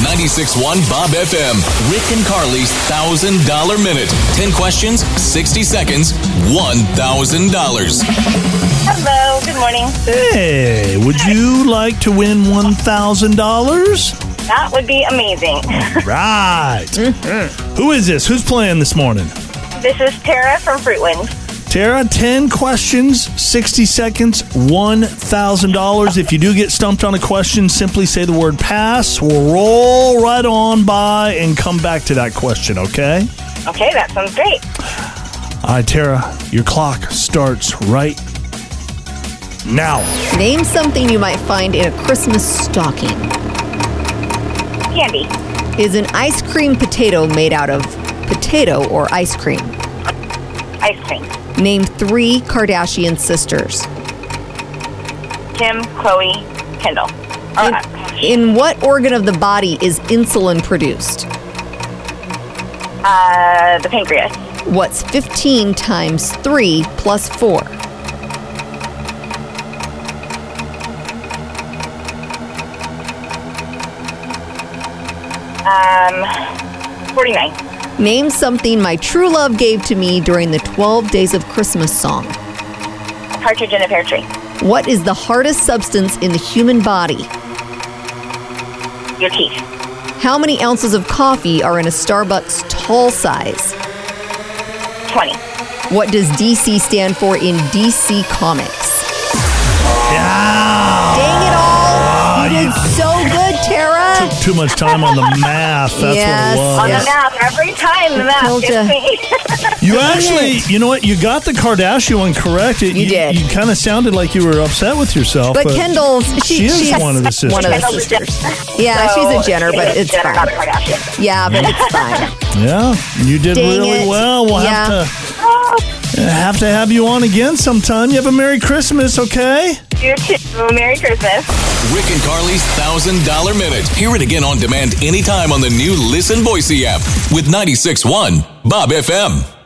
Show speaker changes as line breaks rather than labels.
96.1 Bob FM. Rick and Carly's $1,000 minute. 10 questions, 60 seconds, $1,000.
Hello, good morning.
Hey, would you like to win $1,000?
That would be amazing.
Right. Who is this? Who's playing this morning?
This is Tara from Fruitland.
Tara, 10 questions, 60 seconds, $1,000. If you do get stumped on a question, simply say the word pass. We'll roll right on by and come back to that question, okay?
Okay, that sounds great.
All right, Tara, your clock starts right now.
Name something you might find in a Christmas stocking.
Candy,
Is an ice cream potato made out of potato or ice cream?
ice cream.
Name three Kardashian sisters.
Kim, Chloe, Kendall.
In,
Uh,
in what organ of the body is insulin produced?
uh, the pancreas.
What's 15 times 3 plus 4?
Um, 49.
Name something my true love gave to me during the 12 Days of Christmas song.
A Partridge in a pear tree.
What is the hardest substance in the human body?
Your teeth.
How many ounces of coffee are in a Starbucks tall size?
20.
What does DC stand for in DC Comics?
Yeah.
Dang it all! You did so good, Tara!
Too much time on the math. That's
Oh, Yes.
what it was.
On
Yeah.
the map, every time the map
Told ya.
gets me.
You actually, you know what? You got the Kardashian one correct. It,
You did.
You kind of sounded like you were upset with yourself.
But Kendall's she,
she is
she's
one of the sisters.
One of the
Kendall's a
sisters.
Jenner.
Yeah, she's a Jenner,
she
but
is
it's
Jenner, not a
fine.
Kardashian.
Yeah, but it's fine.
Yeah, you did
Dang
really
it.
well. We'll have
Yeah.
to have to have you on again sometime. You have a Merry Christmas, okay?
You too. Merry Christmas.
Rick and Carly's $1,000 minute. Hear it again on demand anytime on the new Listen Boise app with 96.1 Bob FM.